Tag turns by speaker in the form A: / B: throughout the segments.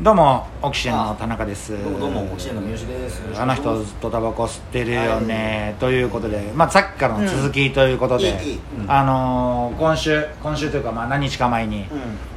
A: どうもオキシエンの田中です
B: どうもどうもオキシエンの三好ですよろしく
A: あの
B: お願いします
A: 人ずっとタバコ吸ってるよね、ということで、まあ、さっきからの続きということで、
B: うんいいいいうん
A: あのー今週今週というかまあ何日か前に、
B: う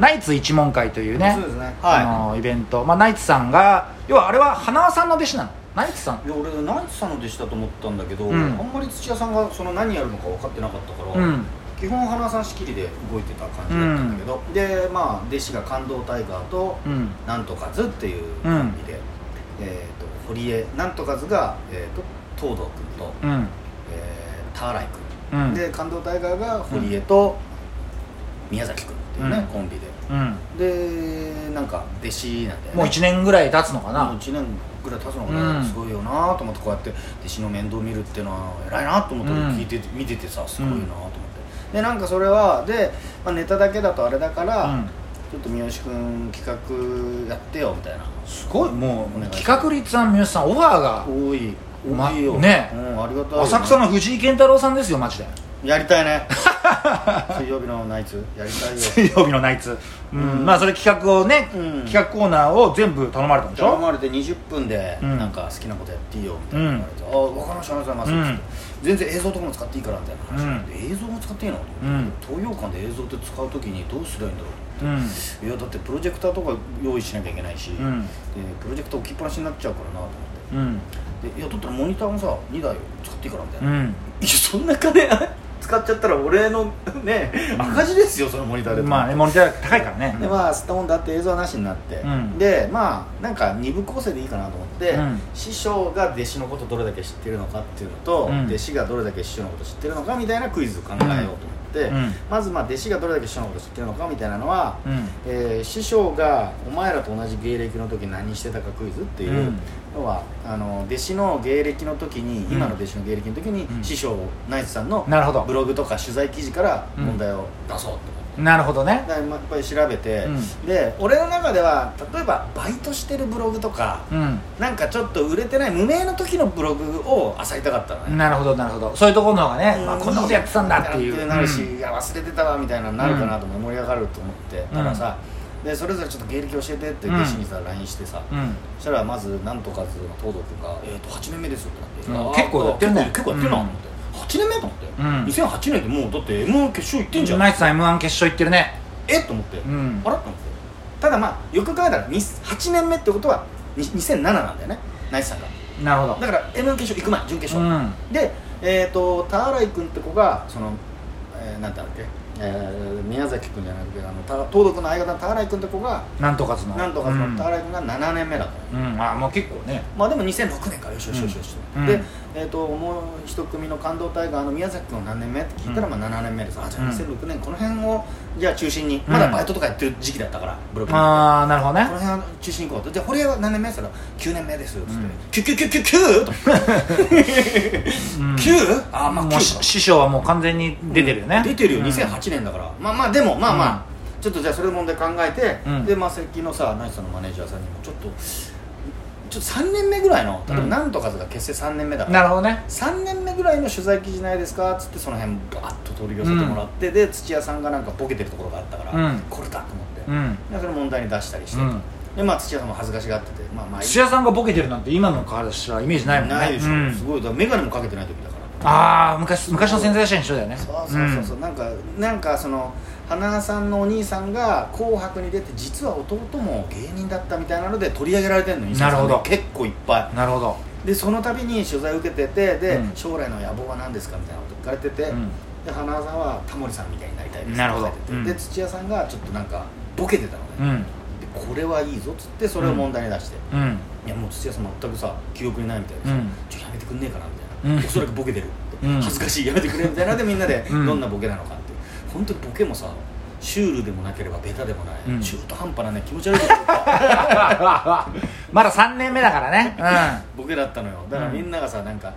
A: ナイツ一問会というね
B: そうですね
A: あのーイベント、まあ、ナイツさんが要はあれは花輪さんの弟子なのナイツさん
B: んいや俺ナイツさんの弟子だと思ったんだけど、
A: うん
B: あんまり土屋さんがその何やるのか分かってなかったから、
A: うん
B: 基本花さん仕切りで動いてた感じだったんだけど、でまあ弟子が感動タイガーと
A: うん
B: なんとかずっていうコンビで、えー、と堀江なんとかずが、えー、と東堂君と、
A: うん
B: えー、田新井
A: う
B: 君、
A: ん
B: で感動タイガーが堀江と宮崎君っていうね、
A: うん
B: コンビで
A: うん
B: でなんか弟子なんだよね
A: もう1年ぐらい経つのかな、
B: もう1年ぐらい経つのかな、
A: うん
B: すごいよなと思ってこうやって弟子の面倒見るっていうのは偉いなと思って
A: うん
B: 聞いてて、見ててさすごいなと思って、でなんかそれはで、まあ、ネタだけだとあれだから、
A: うん
B: ちょっと三好君企画やってよみたいな
A: すごいも
B: お
A: う
B: 願い
A: 企画立案三好さんオファーが
B: 多い
A: ま
B: 多いよ、
A: ね
B: うん、ありがたいよ
A: 浅草の藤井健太郎さんですよマジで
B: やりたい ね水曜日のナイツやりたいよ
A: 水曜日のナイツ、うん
B: うん
A: まあそれ企画をね、
B: うん
A: 企画コーナーを全部頼まれたんでし
B: 頼
A: ょ
B: まれて20分で
A: うん
B: なんか好きなことやっていいよみたいな言われて「ああ分かりましたありがとうございます」
A: うん
B: って全然映像とかも使っていいから」みたいな話になって、映像も使っていいの?」
A: うん
B: 東洋館で映像って使う時にどうすればいいんだろ
A: うん
B: ういやだってプロジェクターとか用意しなきゃいけないし、
A: うん
B: でプロジェクター置きっぱなしになっちゃうからなと思っ
A: うん
B: てで「いやだったらモニターもさ2台使っていいから」みたいな
A: う
B: 「いや
A: ん
B: そんな金使っちゃったら俺のね赤字ですよそのモニターで」
A: まあねモニター高いからね
B: でまあ吸ったもんだって映像なしになって、
A: うん
B: でまあなんか二部構成でいいかなと思って、
A: うん
B: 師匠が弟子のことどれだけ知ってるのかっていうのと、
A: うん
B: 弟子がどれだけ師匠のこと知ってるのかみたいなクイズを考えようと思って、
A: うん
B: まずまあ弟子がどれだけ師匠のこと知ってるのかみたいなのは、
A: うん
B: えー師匠がお前らと同じ芸歴の時何してたかクイズっていう、
A: うん
B: 要はあの弟子の芸歴の時に、
A: うん
B: 今の弟子の芸歴の時に、
A: うん
B: 師匠ナイツさんの
A: なるほど
B: ブログとか取材記事から問題を出そうと思って。
A: なるほどね
B: だからやっぱり調べて、
A: うん
B: で俺の中では例えばバイトしてるブログとか、
A: うん
B: なんかちょっと売れてない無名の時のブログを漁りたかったのね、
A: なるほどなるほどそういうところの方がね、
B: うん
A: まあ、こんなことやってたんだっていう
B: なるし、
A: うん
B: いや忘れてたわみたいなのになるかなと思って盛り上がると思って、だからさでそれぞれちょっと芸歴教えてって弟子にさ LINE してさ、
A: うん
B: そしたらまずなんとかずの東堂君が「えっ、と8年目ですよ」ってなって、
A: うん
B: あー
A: 結構やってんね
B: 結構やってるな
A: うん
B: と思って、8年目と思って、
A: うん
B: 2008年でもうだって m 1決勝行ってんじゃん
A: ナイツさん m 1決勝行ってるね
B: えっと思って、
A: ん
B: あらと思ってただまあよく考えたらに8年目ってことはに2007なんだよねナイツさんが
A: なるほど
B: だから m 1決勝行く前準決
A: う
B: 勝、
A: ん
B: でえっ、と田原井君って子がその、えー、なんだっけ、えー宮崎君じゃなくてあのた東毒の相方の田原井君って子が
A: なんとかずの
B: なんとかその田原井君が7年目だったの、
A: うん、うん、あもう結構ね
B: まあでも2006年からよしよしよしよし、
A: うんう
B: で
A: ん、
B: えー、ともう一組の感動タイガーの宮崎君は何年目って聞いたら
A: う
B: まあ7年目です、あじゃ
A: うん
B: あ2006年この辺をじゃあ中心に、
A: うん
B: まだバイトとかやってる時期だったからブロックに
A: ああなるほど
B: こ
A: ね
B: の辺を中心に行こうとじゃあ堀江は何年目って言ったら9年目ですよっつっ
A: うん
B: て「キュキュキュキュキュ!」と
A: うん
B: 「キュあーまあ
A: もう
B: 9
A: し
B: か
A: 師匠はもう完全に出てるよね、
B: うん出てるよ
A: うん
B: 2008年だから、まあまあでもまあまあ、ちょっとじゃあそれ問題考えて、
A: うん
B: でマセキのさナイスさんのマネージャーさんにもちょっとちょっと3年目ぐらいの例えば
A: うん
B: なんとかずが結成3年目だから、
A: なるほどね
B: 3年目ぐらいの取材記事ないですかっつってその辺バッと取り寄せてもらって、で土屋さんがなんかボケてるところがあったから、
A: うん
B: これだと思って、
A: うん
B: でそれ問題に出したりして、
A: うん
B: でまあ土屋さんも恥ずかしがっててまあまあ
A: 土屋さんがボケてるなんて今の彼氏はイメージないもんね
B: ないでしょ、
A: うん
B: すごいだから眼鏡もかけてない時だから
A: ああ昔昔の宣材写真一緒だよね
B: そうそうそうそう、なんかなんかその花さんのお兄さんが「紅白」に出て実は弟も芸人だったみたいなので取り上げられてるのに
A: なるほど
B: 結構いっぱい
A: うんなるほど
B: でその度に取材受けててで、
A: うん
B: 将来の野望は何ですかみたいなこと聞かれてて、
A: うん
B: で花さんはタモリさんみたいになりたいです
A: なるほど
B: って
A: うん
B: 言っててで土屋さんがちょっとなんかボケてたの
A: う
B: ね、
A: ん
B: でこれはいいぞっつってそれを問題に出して、
A: うん
B: いやもう土屋さん全くさ記憶にないみたいで
A: う
B: さ、
A: ん
B: ちょっとやめてくんねえかなみたいな、
A: うん
B: おそらくボケてるっ て、
A: うん
B: 恥ずかしいやめてくれみたいなのでみんな で
A: うん
B: どんなボケなのかって本当にボケもさシュールでもなければベタでもない、
A: うん
B: 中途半端なね気持ち悪い こと言った
A: まだ3年目だからね
B: ボケだったのよだからみんながさなんか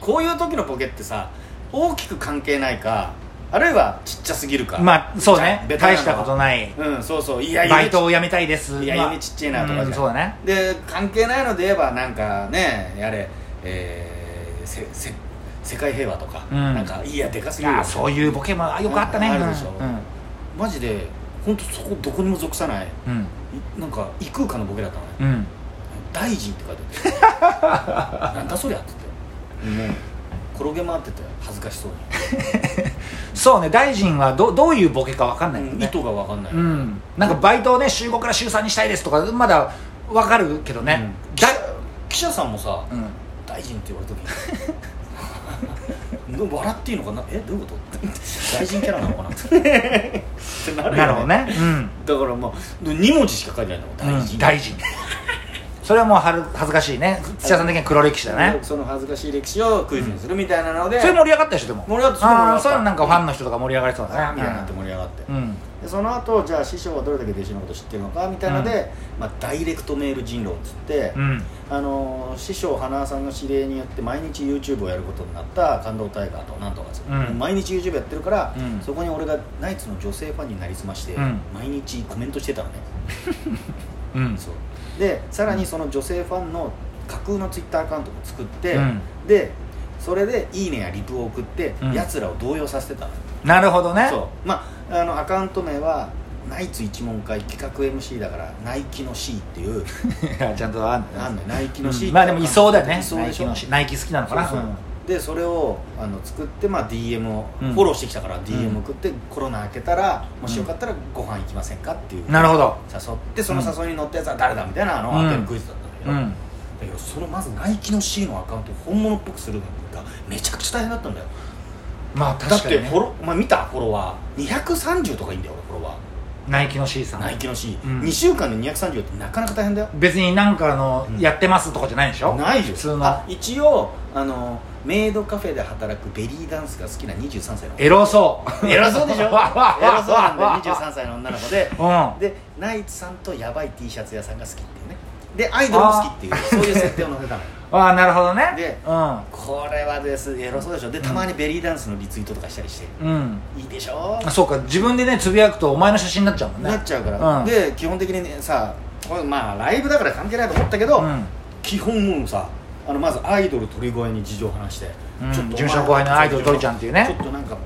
B: こういう時のボケってさ大きく関係ないかあるいはちっちゃすぎるか
A: うんまあそうね
B: ベタな
A: 大
B: の
A: したことない
B: うんそうそういやいや
A: バイトを辞めたいです
B: いや
A: まあ
B: 夢ちっちゃいなとかじゃん
A: うんそうだね
B: で関係ないので言えばなんかねやれ、えー、せせ世界平和とか、
A: うん
B: なんかいやでかす
A: い
B: ぎる
A: や
B: よ
A: ーそういうボケもよくあったね
B: あるでしょ
A: うん
B: マジで本当そこどこにも属さない
A: うん
B: なんか異空間のボケだったのね
A: うん
B: 「大臣」って書いてあっ てなんだそりゃ」って言ってもう転げ回ってて恥ずかしそう
A: そうね大臣はどどういうボケか分かんない
B: に、
A: もん
B: 意
A: ね
B: 図が分かんない、
A: うんなんかバイトをね週5から週3にしたいですとかまだ分かるけどね、
B: 記
A: だ
B: 者記者さんもさ、
A: うん
B: 大臣って言われた時に 笑っていいのかなえどういうことって大臣キャラなのかなってってな
A: なるほどねうん
B: だからまあ2文字しか書いてないの大臣、
A: うん大臣 それはもうはる恥ずかしいね土屋さん的には黒歴史だね
B: その恥ずかしい歴史をクイズにするみたいなので、
A: それ盛り上がったでしょでも
B: 盛り上がったすごい盛り
A: あ
B: 上が
A: あ
B: った
A: それはなんかファンの人とか盛り上がりそうだ
B: みたいになって
A: ね
B: 盛り上がって、
A: うんうん
B: でその後じゃあ師匠はどれだけ弟子のこと知ってるのかみたいなので、まあ、ダイレクトメール人狼っつって、
A: うん
B: あのー師匠花輪さんの指令によって毎日 YouTube をやることになった感動タイガーとなんとかですね
A: うん
B: 毎日 YouTube やってるから、
A: うん
B: そこに俺がナイツの女性ファンになりすまして、
A: うん
B: 毎日コメントしてたのね、
A: うん
B: そうでさらにその女性ファンの架空の Twitter アカウントも作って、
A: うん
B: でそれで「いいね」やリプを送って、
A: うん
B: やつらを動揺させてたの
A: なるほどね
B: そうまああのアカウント名はナイツ一問会企画 MC だからナイキの C ってい う
A: いやちゃんとあんのね
B: なんだよナイキの C
A: うんまあでもいそうだよね
B: いそう
A: ナイ
B: でし
A: キ
B: ょ
A: のナイキ好きなのかな
B: そうそうでそれをあの作って、まあ、DM を、
A: うん
B: フォローしてきたから DM
A: うん
B: 送って、コロナ明けたらもしよかったらご飯行きませんかっていう
A: うんなるほど
B: 誘ってその誘いに乗ったやつは誰だみたいなのを当てるクイズだったんだけど、
A: うん
B: だけどそのまずナイキの C のアカウントを本物っぽくするのがめちゃくちゃ大変だったんだよ
A: まあ
B: だ
A: 確
B: っ
A: か
B: て
A: に
B: フ
A: ね
B: ォロ、まあ、見たフォロワー230とかいいんだよ俺フォロワー
A: ナイキの C さ
B: ナイ
A: ん
B: キの C、
A: うん
B: 2週間で230ってなかなか大変だよ
A: 別になんかあの
B: うん
A: やってますとかじゃないでしょ
B: ないよ
A: 普通の
B: あ一応あのメイドカフェで働くベリーダンスが好きな23歳の
A: エロそう
B: 偉そ うでしょ 偉そうなんだよ
A: 23
B: 23歳の女の子で
A: うん
B: でナイツさんとヤバい T シャツ屋さんが好きっていうねでアイドルも好きって いうそういう設定を載せたのよ
A: ああなるほどね
B: でこれはですエロそうでしょでたまにベリーダンスのリツイートとかしたりして
A: うんうん
B: いいでしょ
A: あそうか自分でねつぶやくとお前の写真になっちゃうもんね
B: なっちゃうから、
A: うん
B: で基本的にねさこれまあライブだから関係ないと思ったけど、
A: うん
B: 基本もうさあのまずアイドル鳥越に事情を話して、
A: うん
B: お前
A: 事務所の後輩のアイドル鳥ちゃんっていうね
B: ちょっとなんか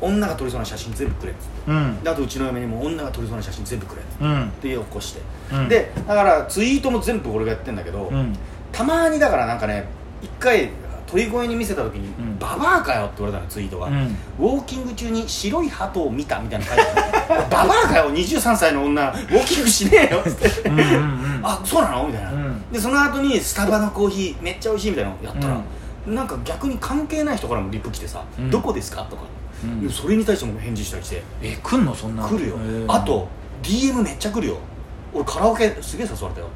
B: 女が撮りそうな写真全部くれっつって
A: うん
B: であとうちの嫁にも女が撮りそうな写真全部くれっつって
A: うん
B: で家を起こして、
A: うん
B: でだからツイートも全部俺がやってんだけど、
A: うん
B: たまにだからなんかね一回鳥越に見せた時に「
A: うん
B: ババアかよ」って言われたのツイートが、
A: うん
B: ウォーキング中に白い鳩を見たみたいな感じ ババアかよ23歳の女ウォーキングしねえよ」っつって
A: うんうん
B: あそうなの?」みたいな、
A: うん
B: でその後にスタバのコーヒーめっちゃ美味しいみたいなのやったら、なんか逆に関係ない人からもリプ来てさ「
A: うん
B: どこですか?」とか、
A: うん
B: それに対しても返事したりして
A: え来んのそんな
B: 来るよ、
A: へー
B: あと DM めっちゃ来るよ俺カラオケすげえ誘われたよ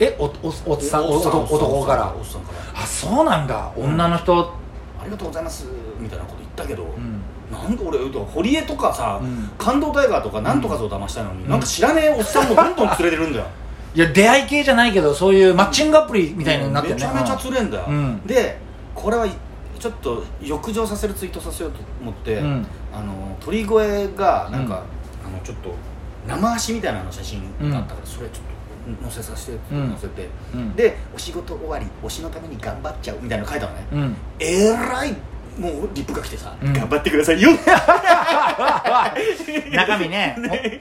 A: えおおおっさんお男男から
B: おっさんから
A: あそうなんだ女の人
B: 「ありがとうございます」みたいなこと言ったけど、
A: うん
B: なんで俺堀江とかさ、
A: うん
B: 感動タイガーとかなんとかぞを騙したいのに、
A: うん
B: なんか知らねえおっさんもどんどん連れてるんだよ
A: いや出会い系じゃないけどそういうマッチングアプリ みたいなのになってる
B: め
A: ね
B: ちゃめちゃ釣れんだよ、
A: うん
B: でこれはいちょっと浴場させるツイートさせようと思って、
A: うん
B: あの鳥越がなんか、あのちょっと生足みたいなの写真があったから、それちょっと載せさせて
A: うん
B: 載せて、
A: うん
B: でお仕事終わり推しのために頑張っちゃうみたいなの書いたのね、
A: うん
B: えらいもうリップが来てさ、
A: うん
B: 頑張ってくださいよ
A: 中身ね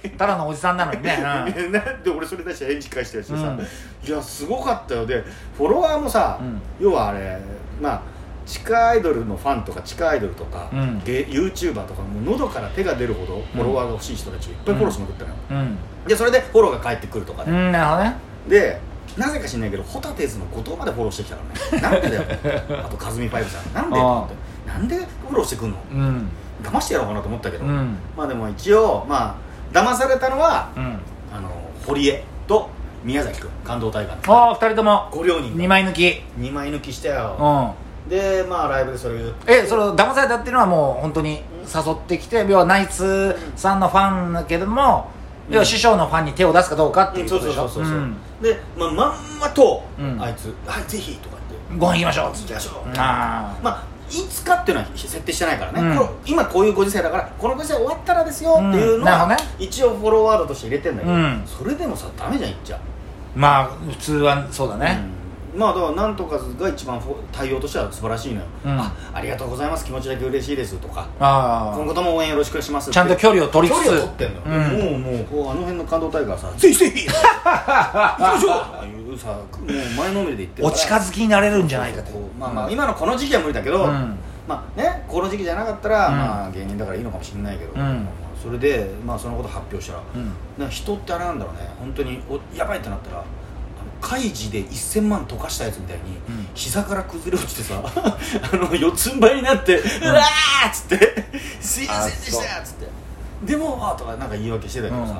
A: おただのおじさんなのにねうん
B: なんで俺それ出して返事返したりしてさ、
A: うん
B: いやすごかったよでフォロワーもさ、
A: うん
B: 要はあれまあ地下アイドルのファンとか地下アイドルとか、
A: うん
B: ゲ YouTuber とかもう喉から手が出るほどフォロワーが欲しい人たちをいっぱいフォローしまくったのよ、
A: うん
B: でそれでフォローが返ってくるとか
A: う
B: で、
A: んなるほどね
B: でなぜか知んないけどホタテーズの後藤までフォローしてきたからねなんでだ よあとカズミファイブさんなんでと思ってなんでフォローしてくんの
A: うん
B: 騙してやろうかなと思ったけど、
A: うん
B: まあでも一応まあ騙されたのは
A: うん
B: あの堀江と宮崎君感動大会の
A: ああ二人とも
B: 5両人
A: 二枚抜き
B: 2枚抜きした
A: う
B: よ
A: ん
B: でまあライブでそれ言う
A: えそれを騙されたっていうのはもう本当に誘ってきて要はナイツさんのファンだけども、
B: うん
A: 要は師匠のファンに手を出すかどうかっていう
B: そ
A: こと
B: うそ
A: で
B: う
A: し
B: そ
A: ょ
B: うそう、
A: ん
B: で、まあ、まんまと、
A: うん
B: あいつ「はいぜひ」とかって
A: ご飯行きましょうっ
B: 「
A: つ
B: 行
A: っ
B: き
A: て
B: ましょう」
A: あー
B: まあいつかっていうのは設定してないからね、
A: うん
B: これ今こういうご時世だからこのご時世終わったらですよってい
A: う
B: うのは、
A: んなるほどね
B: 一応フォロワードとして入れてんだけど、
A: うん
B: それでもさダメじゃん言っちゃう
A: まあ普通はそうだね
B: うんまあだからなんとかが一番フォ対応としては素晴らしいのよ、
A: うん
B: あありがとうございます気持ちだけ嬉しいですとか
A: あ
B: 今
A: あ
B: 後とも応援よろしくしますって
A: ちゃんと距離を取り
B: 距
A: つつ
B: 離を取ってん
A: う
B: の
A: ん
B: よ、もうもうこうあの辺の感動大会はさ「ぜひぜひ! 」行 きましょうっていうさもう前のめりで言ってる
A: お近づきになれるんじゃないか
B: と
A: と
B: まあまあ今のこの時期は無理だけど、
A: うん
B: まあねこの時期じゃなかったら、
A: うん
B: まあ芸人だからいいのかもしれないけど、
A: うん
B: まあそれでまあそのこと発表したら、
A: うん
B: な人ってあれなんだろうね本当におやばいってなったらあの開示で1000万溶かしたやつみたいに、
A: ん
B: 膝から崩れ落ちてさ あの四つん這いになって「うわー!」っつって「すいませんでした!」っつって「でも」あーとかなんか言い訳してたけどさ、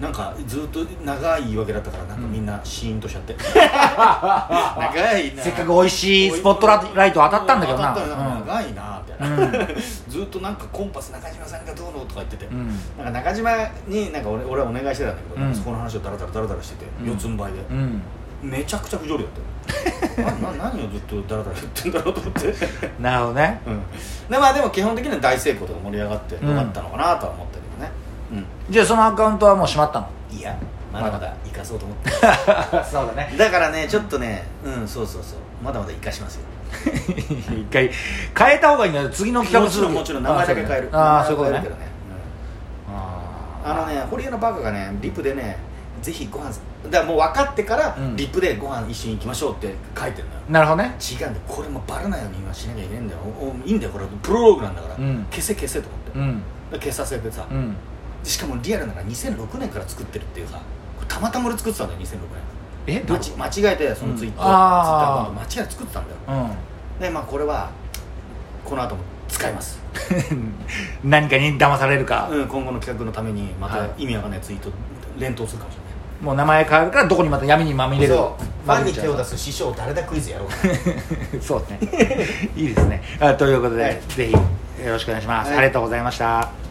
B: なんかずっと長い言い訳だったからなんかみんなシーンとしちゃ って、長いな
A: せっかく美味しいスポットライト当たったんだけど
B: 当たったんだけど
A: な
B: 長いなみたいな、 ずっとなんかコンパス中島さんがどうのとか言ってて、
A: うんうん
B: なんか中島になんか俺俺はお願いしてたんだけど、
A: うん
B: なんかそこの話をダラダラダラダラしてて、
A: うん
B: 四つん這いで、
A: うん
B: めちゃくちゃ不条理だったよ なな何をずっとダラダラ言ってんだろうと 思って、
A: なるほどね
B: うんでまあでも基本的には大成功とか盛り上がってよ
A: うん
B: かったのかなとは思ったけどね、
A: じゃあそのアカウントはもう閉まったの
B: いやまだまだ生かそうと思って
A: そうだね
B: だからねちょっとねうんそうそうそうまだまだ生かしますよ
A: 一回変えた方がいいんだよ次の企
B: も
A: 画
B: ち
A: する
B: ろんもちろん名前だけ変える
A: ああそういうこと
B: 名
A: ね
B: 前だけ変えるけどうんあ
A: あ
B: のね堀江のバカがねリプでねぜひご飯だからもう分かってから、
A: うん
B: リプでご飯一緒に行きましょうって書いてるのよ
A: ーなるほどね
B: 違うんだよこれもバレないように今しなきゃいけないんだよおおいいんだよこれプロローグなんだから、
A: うん
B: 消せ消せと思って、
A: うん
B: で消させてさ、
A: うん
B: しかもリアルなら2006年から作ってるっていうさこれたまたま俺作ってたんだよ2006
A: えどう
B: 年間違間違えてそのツイッター、
A: うんあー
B: ツイッターアカウント間違えて作ってたんだよ
A: う
B: でまあこれはこの後も使います、
A: ん 何かに騙されるか
B: うん、今後の企画のためにま
A: は
B: た
A: い
B: 意味わかんないツイート連投するかもしれない
A: もう名前変わるからどこにまた闇にまみれる
B: そうファンに手を出す師匠誰だクイズやろう
A: すそうねいいですねあということで、
B: はい
A: ぜひよろしくお願いします、
B: はい
A: ありがとうございました